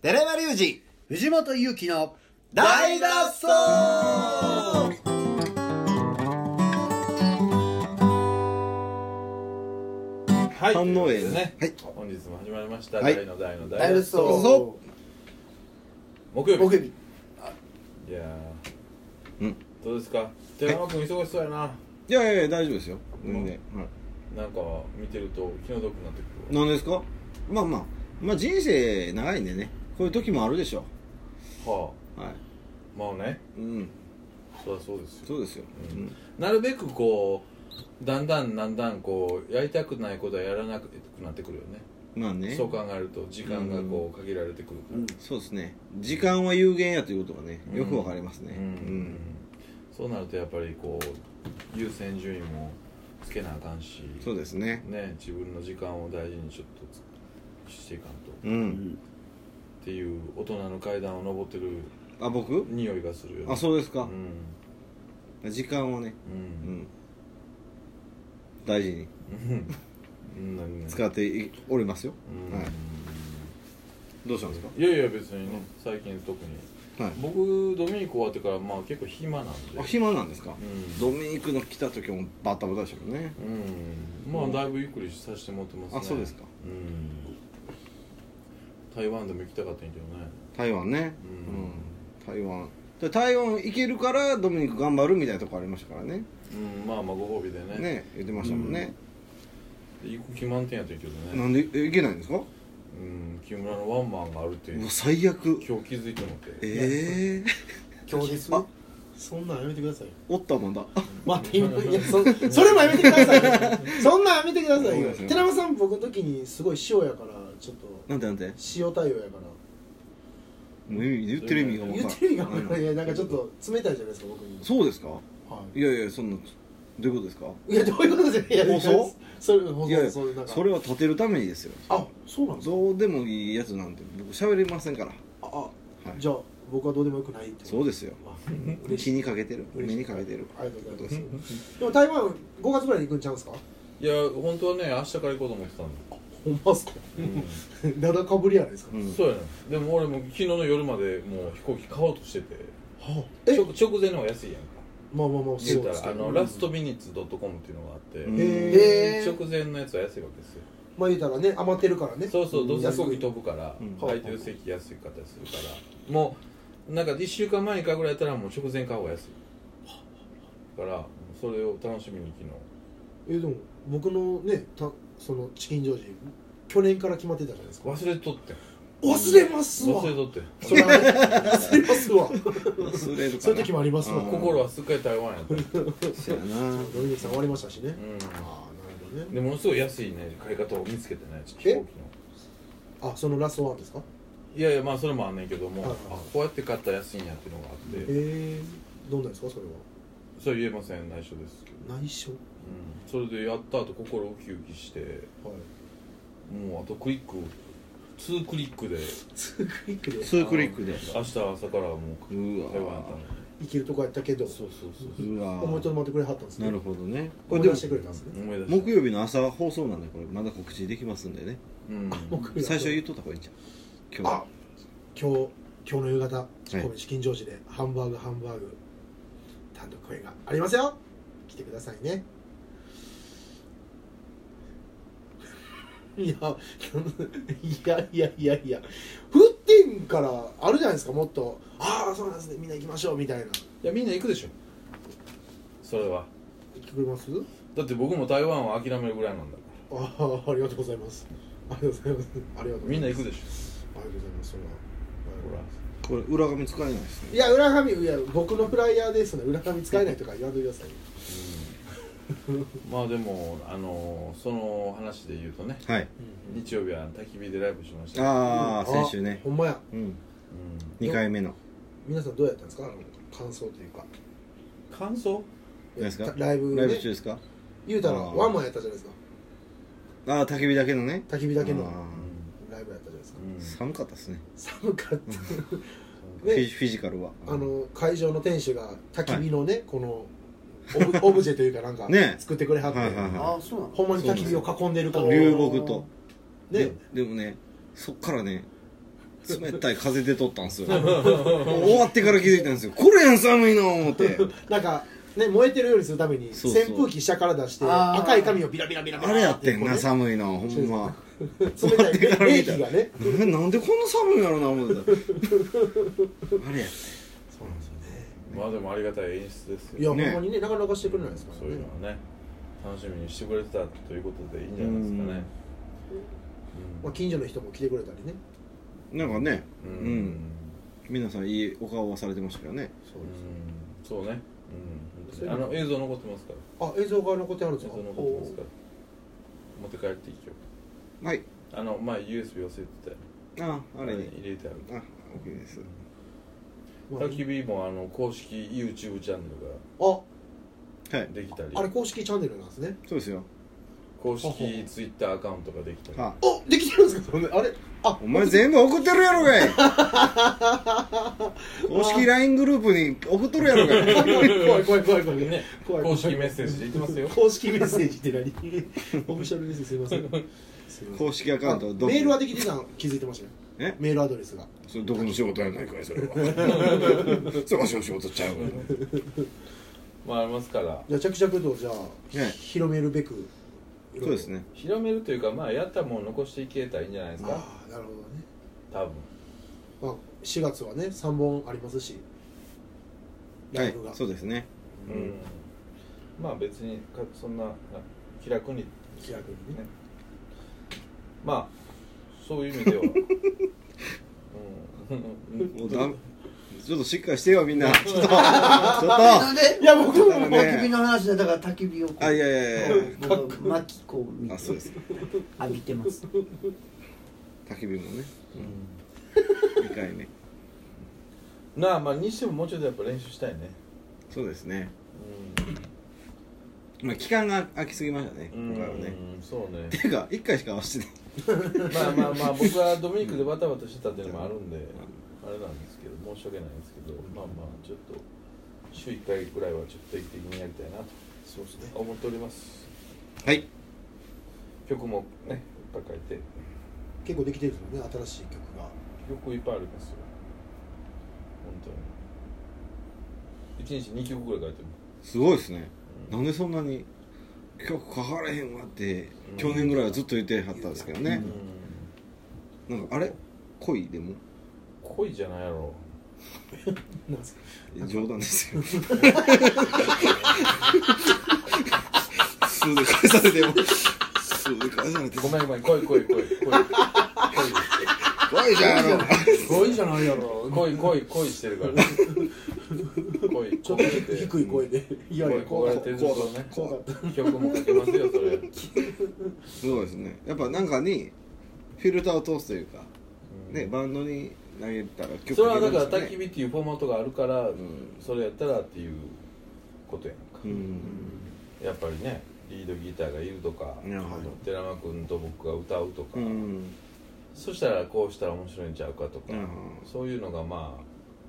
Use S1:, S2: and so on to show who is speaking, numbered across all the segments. S1: 寺山隆二
S2: 藤本勇樹の
S1: 大脱走
S3: はい、
S4: 反応ええ
S3: ですね、
S2: はい
S3: 本日も始まりました、
S2: はい
S3: 大の大の
S2: 大脱
S3: 大の
S2: 走
S1: そ
S3: 木曜日
S2: 木曜日
S3: いやー
S4: うん
S3: どうですか寺山君忙しそうやない
S4: やいやいや大丈夫ですよ全然、はい、
S3: なんか見てると気の毒になってくる
S4: 何ですかまあまあまあ人生長いんでねこういう時もあるでしょ
S3: は
S4: うはい
S3: あまあね
S4: うん
S3: そりゃそうですよ
S4: そうですよ、うん
S3: なるべくこうだんだんだんだんこうやりたくないことはやらなくなってくるよね
S4: まあね
S3: そう考えると時間がこう限られてくるから、
S2: うん
S4: そうですね時間は有限やということがねよくわかりますね
S3: うんそうなるとやっぱりこう優先順位もつけなあかんし
S4: うんそうですね
S3: ね自分の時間を大事にちょっとつしていかんと
S4: う
S2: うんん
S3: っていう大人の階段を登ってる
S4: あ僕
S3: 匂いがするよ
S4: あそうです
S3: う
S4: か
S3: ん、
S4: 時間をね
S3: う
S4: うんん大事に
S3: うんうん
S4: 使っていおりますよ
S3: うん、
S4: は
S3: い、
S4: いどうしたんです
S3: やいや別にね最近特に
S4: かはい
S3: 僕ドミニク終わってからまあ結構暇なんで
S4: あ暇なんですか
S3: うん
S4: ドミニクの来た時もバタバタでしたけどね
S3: うんまあだいぶゆっくりさせてもらってますね
S4: あそうですか
S3: うん台湾でも行きたかったんやけどね
S4: 台湾ね
S3: う
S4: うん、台湾で台湾行けるからドミニク頑張るみたいなとこありましたからね
S3: うんまあまあご褒美でね
S4: ね言ってましたもんね、
S3: 行く気満点やったんやけどね
S4: なんでえ行けないんですか
S3: うん木村のワンマンがあるって
S4: う
S3: 今
S4: わ最悪
S3: 日気づいてもって
S4: ええー、
S1: 強烈
S4: あ
S1: そんなんやめてくださいよ
S4: おったもんだ
S1: まあ、今いや そそれもやめてくださいそんなんやめてくださいよ
S4: そうですね
S1: 寺山さん僕の時にすごい塩やからちょっと
S4: なんてなんて
S1: 塩対応やから
S4: もう言ってる意味が分から
S1: 言
S4: ん
S1: ってる意味が分からない
S4: うん
S1: いやなんかちょっと冷たいじゃないですか僕に
S4: そうですか
S1: はい
S4: いやいやそんなどういうことですか
S1: いやどういうことですかいや
S4: 放送
S1: それ放
S4: いやいや
S1: 送そういうなんか
S4: それは立てるためにですよ
S1: あそうなんですか
S4: どうでもいいやつなんて僕喋りませんから
S1: ああ
S4: はい
S1: じゃあ僕はどうでもよくないって
S4: そうですよ
S1: あ嬉しい
S4: 気にかけてる
S1: 嬉し
S4: 目
S1: い
S4: にかけてる
S1: ありがとうございます
S4: こ
S1: でも台湾5月ぐらいに行くんちゃうんすか
S3: いや本当はね明日から行こうと思ってたんだ
S1: ほんまっすか だだかぶりやないですか
S4: とです
S3: そうやねでも俺も昨日の夜までもう飛行機買おうとしてて
S1: はあ
S3: ち
S1: え
S3: ょ直前の方が安いやんか
S1: まあまあまあ
S3: 言
S1: そう
S3: う
S1: で
S3: た
S1: す
S3: ら
S1: け
S3: あ
S1: ど
S3: の
S1: うん
S3: ラストミニッツ .com っていうのがあって、
S4: うん
S1: へー
S3: 直前のやつは安いわけですよ
S1: まあ言うたらね余ってるからね
S3: そうそうどうせ飛行
S1: 安
S3: 機
S1: い
S3: 飛ぶから、
S4: うん
S3: 空いてる席安い方するからもうなんか1週間前に買うぐらいやったらもう直前買う方が安いだからそれを楽しみに昨日
S1: えでも僕のねたそのチキンジョージ去年から決まってたじゃないですか
S3: 忘れとってん
S1: 忘れますわ
S3: 忘れとってん
S1: それはね忘れま すわ
S4: うん忘れるかな
S1: そういう時もありますわ
S4: うん
S3: 心はすっかり台湾やったう
S4: そうやな
S1: ドミニクさん終わりましたしね
S3: ん
S1: ああなるほどね
S3: でものすごい安いね買い方を見つけてね飛行機の
S1: あそのラストワンですか
S3: いやいやまあそれもあんねんけども、
S1: はいはい
S3: あこうやって買ったら安いんやっていうのがあって、
S1: えー、どんなんですかそれは
S3: それ言えません内緒ですけど、
S1: 内緒
S3: うん、それでやった後心ウキウキして
S1: はい
S3: もうあとクリック2クリックで
S1: 2クリックで
S4: ツークリックで
S3: 明日朝からもう
S4: う
S3: 台湾やっ
S4: わ
S3: たの
S1: 行けるとこやったけど
S3: そうそうそうそう
S4: うわ
S1: 思いとどまってくれはったんですね
S4: なるほどねこ
S1: 思
S4: れで
S1: い
S4: も
S1: 出してくれたんですね
S3: 思い出した
S4: 木曜日の朝放送なんでこれまだ告知できますんでね
S3: うん
S1: 僕ら
S4: 最初言っとった方がいいんちゃう今
S1: あ今日今日の夕方
S4: い
S1: 神戸チキンジョージでハンバーグハンバーグ単独公演がありますよ来てくださいねいやいやいやいやいや沸点からあるじゃないですかもっとああそうなんですねみんな行きましょうみたいない
S3: やみんな行くでしょそれは
S1: 行ってくれます
S3: だって僕も台湾を諦めるぐらいなんだから
S1: ああありがとうございますありがとうございますありがとうございます
S3: みんな行く
S1: あ
S3: でし
S1: りがとうございますそれは
S3: ょほら
S4: 日これ裏紙使えないですね
S1: いや裏紙いや僕のフライヤーですので裏紙使えないとか言わんといてくださいよ
S3: まあでもあのその話で言うとね
S4: はい
S3: 日曜日は焚き火でライブしました
S4: ああ先週ね
S1: ほんまや
S4: うん
S3: うん
S4: 2回目の
S1: 皆さんどうやったんですかあの感想というか
S3: 感想
S4: 何ですか
S1: ライブ
S4: ライブ
S1: ね
S4: 中ですか
S1: 言うたら
S4: あー
S1: ワンマンやったじゃないですか
S4: ああ焚き火だけのね
S1: 焚き火だけの
S4: あ
S1: ライブやったじゃないですか
S4: ー寒かったですね
S1: 寒か った
S4: フィ
S1: で
S4: ジフィジカルは
S1: あの会場の店主が焚き火のねこのオブオブジェというかなんか
S4: ね
S1: 作ってくれはって
S4: はいはいは
S2: あそうなの
S1: ほんまに焚き火を囲んでるか
S2: あ
S1: ら
S2: の
S4: 流木と
S1: ね
S4: ででもねそっからね冷たい風出とったん ですよ終わってから気づいたんですよこれやん寒いの思って
S1: なんかね燃えてるようにするために
S4: そうそう
S1: 扇風機下から出して
S2: あー
S1: 赤い髪をビラビラビラビラ
S4: あれやってん
S1: こう
S4: な
S1: ね
S4: 寒いのほんま
S1: 冷たい
S4: 終わってから
S1: 冷
S4: 見
S1: 気
S4: たら
S1: がね
S4: ななんでこんな寒いんやろな思ってたあれやって
S1: そうなんですよね
S3: まあでもありがたい演出です
S1: い
S3: よ
S1: や、
S4: ね
S1: ほんまにねなかなかしてくれないですから
S3: そういう
S1: ね
S3: のはね楽しみにしてくれてたということでいいんじゃないですかね
S1: まあ、近所の人も来てくれたりね
S4: なんかね
S3: う
S4: うんん、
S3: うん
S4: 皆さんいいお顔はされてましたけどね
S1: そう
S3: うんそうね
S1: そううんいう
S3: あ
S1: の
S3: の映像残ってますから
S1: あ映像が残ってあるんで
S3: 映
S1: す
S3: 像
S1: か
S3: 残ってますから持って帰っていいよ
S4: はい
S3: あの前 USB 忘れてたよ
S4: ああれに
S3: 入れてある
S4: あ OK です
S1: お
S3: 焚き火もあの公式 YouTube チャンネル
S1: ー
S4: はい
S3: ができたり
S1: ああれ公式チャンネルなんですね
S4: そうですよ
S3: 公式 Twitter アカウントができたり
S4: は
S1: おできてるんですかそれあれあ
S4: お前全部送ってるやろ がい公式 LINE グループに送っとるやろがい
S1: 怖い怖い怖い怖い怖い
S3: ね
S1: 怖い怖
S3: 公
S1: い
S3: 式メッセージでいきますよ
S1: 公式メッセージって何 オフィシャルメッセージすいませんすいません
S4: 公式アカウント
S1: あ
S4: どこ
S1: メールはできてたの気づいてましたよ
S4: え
S1: メールアドレスが
S4: それどこの仕事やないかいそれ はそれわしの仕事ちゃうわ
S3: まあありますから
S1: じゃあ着々とじゃあ、
S4: ね
S1: 広めるべく
S4: そうですね
S3: 広めるというかまあやったもん残していけたらいいんじゃないですか
S1: ああなるほどね、
S3: 多分
S1: まあ、4月はね3本ありますし
S4: は
S1: ライ
S4: い
S1: ブが、
S4: そうですね
S3: う
S4: うんん
S3: まあ別にかそんなな気楽に
S1: 気楽にね
S3: まあそういう意味ではうんうん
S4: もうだちょっとしっかりしてよみんな ちょっとちょっと
S2: なんで
S1: いや僕も
S4: ね
S2: 焚き火の話でだから焚き火をこう
S4: あいやいやいやい
S2: こう巻きこう
S4: あそうです
S2: 浴びてます
S4: 焚き火もね2回ね
S3: なあまあにしてももうちょっとやっぱ練習したいね
S4: そうですねまあ期間が空きすぎましたね
S3: うん、
S4: 今回はね
S3: うんそう ね
S4: っていうか1回しか合わせてない
S3: まあまあまあ僕はドミニクでバタバタしてたっていうのもあるんであれなんですけど申し訳ないんですけどまあまあちょっと週1回ぐらいはちょっと定期的にやりたいなと
S1: そうですね
S3: 思っております
S4: はい
S3: 曲もねいっぱい書いて
S1: 結構できてるんですよね新しい曲が
S3: 曲いっぱいありますよ本当に1日2曲ぐらい書いてる
S4: すごいですね
S3: う
S4: なんでそんなに曲かかれへんわって
S3: うん
S4: 去年ぐらいはずっと言ってはったんですけどね
S3: うん、
S4: なんかあれ恋でも
S3: 恋じゃないやろ
S1: なんですか
S4: 冗談ですよ数で返されても数で返されて
S3: ご
S4: も
S3: めんごめん恋恋恋恋
S4: 怖いじゃんやろ
S1: 恋じゃないやろ
S3: 恋恋恋恋してるから恋
S1: ちょっと 低い声でいやいや
S3: 声
S1: 怖
S3: が
S1: か
S3: 出
S1: った
S3: てるぞね
S1: 怖かった
S3: 曲も書けますよそれ
S4: すごいですねやっぱなんかにフィルターを通すというかねバンドに投げたら曲
S3: それは
S4: 出
S3: だ
S4: るんで
S3: から
S4: すよ
S3: 焚
S4: ね
S3: き火っていうフォーマットがあるから
S4: ん
S3: それやったらっていうことやんか
S4: うん
S3: やっぱりねリードギターがいるとか
S4: なるほど
S3: 寺山君と僕が歌うとか
S4: うん
S3: そしたらこうしたら面白いんちゃうかとか
S4: うん
S3: そういうのがま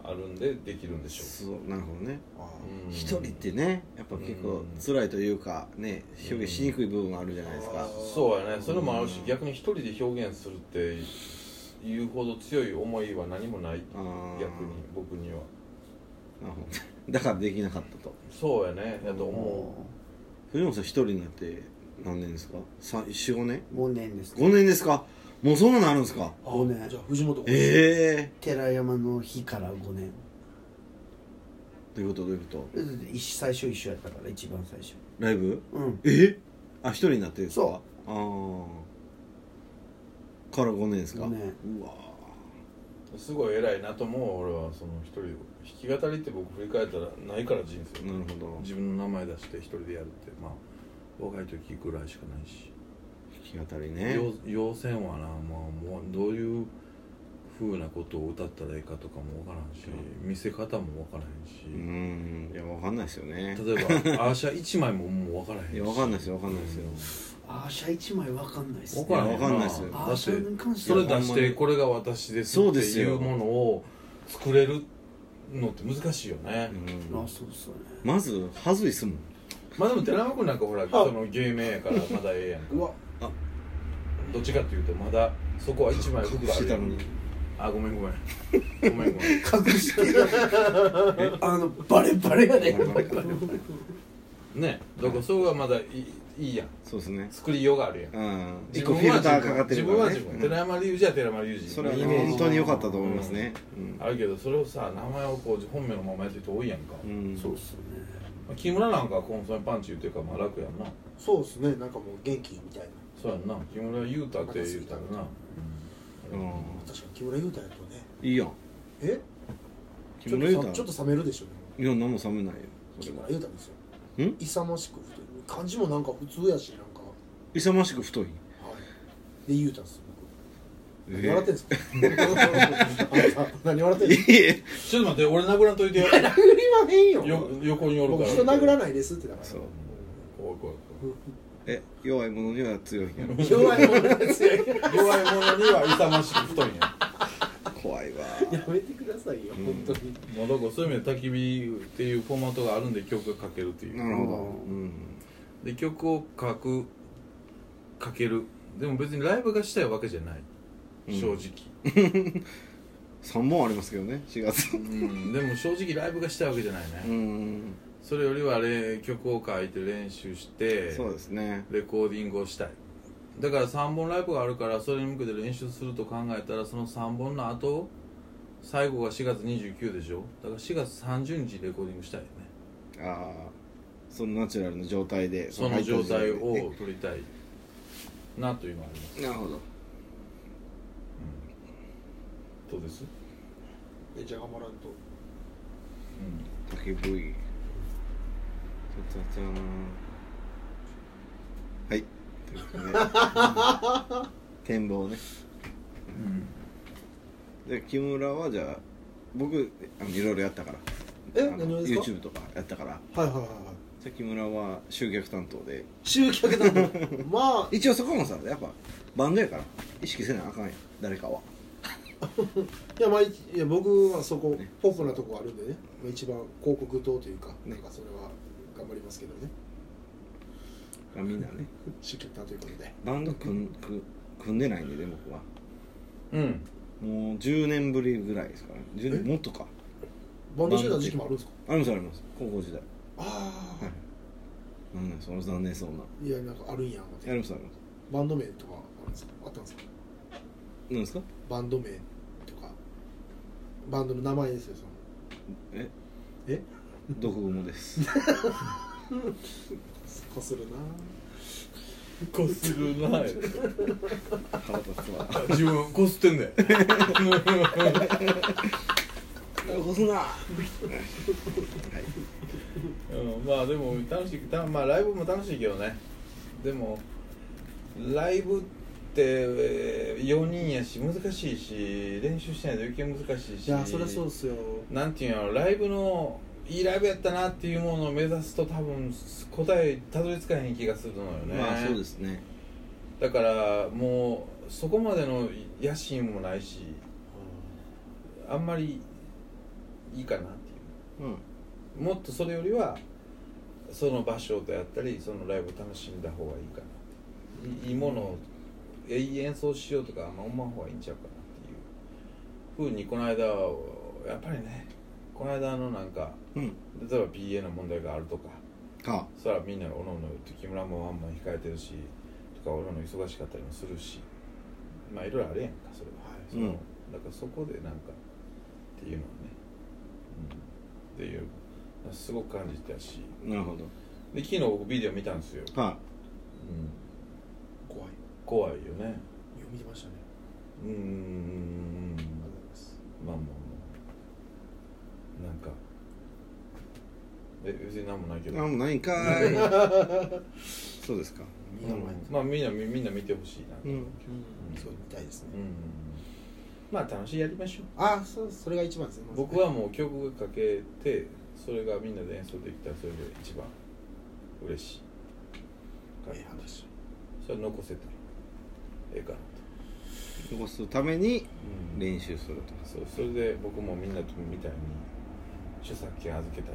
S3: ああるんでできるんでしょ
S4: そうなるほどね
S3: ううん
S4: 一人ってねやっぱ結構辛いというかね表現しにくい部分があるじゃないですか
S3: そうやねそれもあるし逆に一人で表現するっていうほど強い思いは何もない
S4: あー
S3: 逆に僕には
S4: なるほどだからできなかったと
S3: そうやねやと思
S4: 藤本さん一人になって何年ですか45年
S2: 5年です
S4: 5年ですかもうそんなのあるんですか
S1: あ
S2: ごめん
S1: じゃあ藤本君
S4: え
S2: 寺山の日から5年
S4: えー、どういうことどういうこと
S2: 一緒最初一緒やったから一番最初
S4: ライブ
S2: うん
S4: えあ一人になってですか
S2: そ
S4: ああから5年ですか
S2: 5年
S4: うわ
S3: うすごい偉いなと思う俺はその一人を弾き語りって僕振り返ったらないから人生
S4: ーなるほど
S3: 自分の名前出して一人でやるってまあ若い時ぐらいしかないし
S4: 弾き語りね
S3: 要要せんはな、まあ、もうどういうふうなことを歌ったらいいかとかもわからんし見せ方もわからへんし、
S4: うーんいやわかんないですよね
S3: 例えばアーシャ1枚ももう分からへんし
S4: いやわかんないですよわかんないですよ
S2: アーシャ一枚わかんないっすね
S3: 分からへん
S4: わかんないっすよ
S3: だ
S2: アー
S3: っ
S2: シャに関
S3: て
S2: して
S3: そ
S2: は
S3: れ出してこれが私です
S4: そう
S3: って
S4: です
S3: い
S4: よ
S3: うものを作れるのって難しいよね、
S4: うん
S2: あそうっすよね
S4: まずはずいっすもん
S3: まあでも寺山君なんかほらその芸名やからまだええやんか
S1: うわ
S3: どっちかっていうとまだそこは1枚服があ
S4: して
S3: る
S4: たのに
S3: うあごめんごめんごめんごめん
S2: 隠して るあのバレバレやね
S4: バレバレ
S3: ねだからそこがまだいいいいやん
S4: そうですね
S3: 作りようがあるやん
S4: うん一
S3: 自
S4: 個
S3: 分
S4: フ
S3: は
S4: ィルターかかって
S3: 自
S4: るか
S3: 分
S4: ら
S3: は
S4: ね
S3: 自分寺山隆二や寺山隆
S4: うん
S3: 二
S4: それは
S3: イメージ
S4: 本当に良かったと思いますねうん
S3: あるけどそれをさ名前をこう本名のままやってる人多いやんか、
S4: うん
S2: そうっすよね
S3: まあ木村なんかはコンソメパンチ言うてるからまあ楽やんな
S1: そうですねなんかもう元気みたいな
S3: そうやんな木村優太って言うたらな、
S4: うん
S1: 確かに木村優太やとね
S4: いいやん
S1: え
S4: 木
S1: ちょっ
S4: 村優
S1: とさ
S4: 太
S1: ちょっと冷めるでしょで
S4: い
S1: も
S4: や何も寒ないよそ
S1: 木
S4: れは
S1: 村優太ですよ
S4: ん
S1: 勇ましく太い漢字もなんか普通やしなんか
S4: 勇ましく太い
S1: はいで優太です僕
S4: え
S1: 何笑ってんすかあん た何笑ってんすか
S4: いえ
S3: ちょっと待って俺殴らんといてよ
S1: 殴りまへんよ
S3: よ横におるか
S1: 僕
S3: ら
S1: 人殴ら
S3: い
S1: ないですってだから
S4: そう
S3: 怖い怖い
S4: え弱い者には強いんやろ
S1: 弱いもんですよや
S3: 怖い弱い者には勇ましく太いんや
S4: 怖 いわ
S1: めてくださいよ
S4: うん
S1: 本当に
S3: まあだからそういう意味で焚き火っていうフォーマットがあるんで曲が書けるっていう、
S4: なるほど
S2: う
S4: うん
S3: で曲を書く書けるでも別にライブがしたいわけじゃない、
S4: うん
S3: 正直、
S4: 3本ありますけどね4月
S3: うん、でも正直ライブがしたいわけじゃないね、
S4: うん
S3: それよりはあれ曲を書いて練習して
S4: そうですね
S3: レコーディングをしたいだから3本ライブがあるからそれに向けて練習すると考えたらその3本の後最後が4月29でしょだから4月30日レコーディングしたいよね
S4: ああそのナチュラルの状態で
S3: その状態
S4: 入った
S3: を撮りたいなというのはあります
S4: 時点でなるほど
S3: どうです、
S1: えじゃあ頑張らんと
S4: 竹 V たたたーんはいということで うん展望ねで木村はじゃあ僕あのいろいろやったから
S1: え
S4: あの
S1: 何をですか
S4: YouTube とかやったから
S1: はいはいはいはい
S4: じゃあ木村は集客担当で
S1: 集客 だとまあ
S4: 一応そこもさやっぱバンドやから意識せなあかんやん誰かはい
S1: やまあいいや僕はそこポップなとこあるんでねまあ一番広告塔というか
S4: ね
S1: なんかそれは頑張りますけどね
S4: まあみんなね
S1: 集客担ということで
S4: バンド組ん組組んでないんでね僕は
S3: うん、うん、
S4: もう10年ぶりぐらいですから、ね、10年
S1: え
S4: もっとか
S1: バンドしてた時期もあるんですか
S4: ありますあります高校時代
S1: ああ、、
S4: なんだよその残念そうない
S1: やなんかあるんや
S4: ありますあります
S1: バンド名とかあるんですかあったんですか
S4: 何ですか
S1: バンド名とかバンドの名前ですよその
S4: え
S1: え
S4: 毒蜘蛛です
S1: こするな
S3: こするなよ
S4: 腹立つ わ
S3: 自分こすって んだよ
S4: こすなは
S3: うん、まあでも楽しいたまあライブも楽しいけどねでもライブってえー4人やし難しいし練習しないと余計難しいし
S1: いやそりゃそうっすよ
S3: なんていうんやろライブのいいライブやったなっていうものを目指すと多分答えたどり着かへん気がするのよ
S4: い、
S3: ね、
S4: まあそうですね
S3: だからもうそこまでの野心もないしあんまりいいかなっていう
S4: うん
S3: もっとそれよりはその場所であったりそのライブを楽しんだ方がいいかないいいものを永遠演奏しようとかあんま思わん方がいいんちゃうかなっていうふうにこの間はやっぱりねこの間のなんか
S4: うん
S3: 例えば PA の問題があるとか
S4: か
S3: そしたらみんなおのおの木村もワンマン控えてるしとかおのおの忙しかったりもするしまあいろいろあるやんかそれは、
S1: はい
S3: その
S4: うん
S3: だからそこでなんかっていうのをね、うん、っていうすごく感じたし
S4: なるほど
S3: で昨日僕ビデオ見たんですよ、
S4: は
S3: うん、
S1: 怖い
S3: 怖いよね
S1: 読みてましたね
S3: うーん
S1: ありがとうございます
S3: まあまあまあなんかえ別に何もないけ
S4: い
S3: ど
S4: なんもないんかーい そうですか
S1: いい名
S3: う
S1: 前
S3: んまあみんなみみんな見てほしいな、
S4: うん
S1: うんそうみたいですね、
S3: うんまあ楽しいやりましょう
S1: ああそうそれが一番ですね
S3: 僕はもう曲がかけてそれがみんなで演奏できたらそれが一番嬉しい
S1: ええ話
S3: それは残せたらええかなと、
S4: 残すために練習すると
S3: そうそれで僕もみんなとみたいに著作権預けた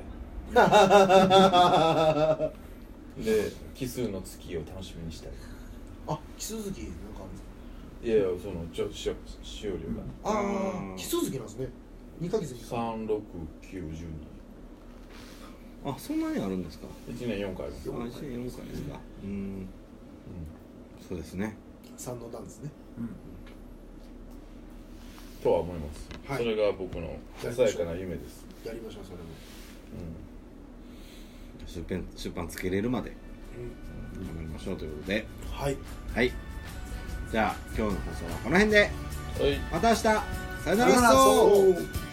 S3: いで奇数の月を楽しみにしたい
S1: あ、奇数月なんかあるんですか
S3: いやいやそのちょ使用使用量が
S1: あ
S4: うん
S1: あ奇数月なんですね2ヶ月に
S3: 36912
S4: あそんなにあるんですか
S3: 一年4回あります
S4: あ1年4回ですかうんそうですね
S1: 3の段ですね
S3: とは思います、
S1: はい
S3: それが僕のささやかな夢です、
S1: やりましょうそれ
S4: 出
S1: も
S4: 版出版つけれるまで
S1: うん
S4: 頑張りましょうということで
S1: はい
S4: はいじゃあ今日の放送はこの辺で
S3: うん、はい
S4: また明日さよなら
S1: さよなら
S4: そう
S1: そう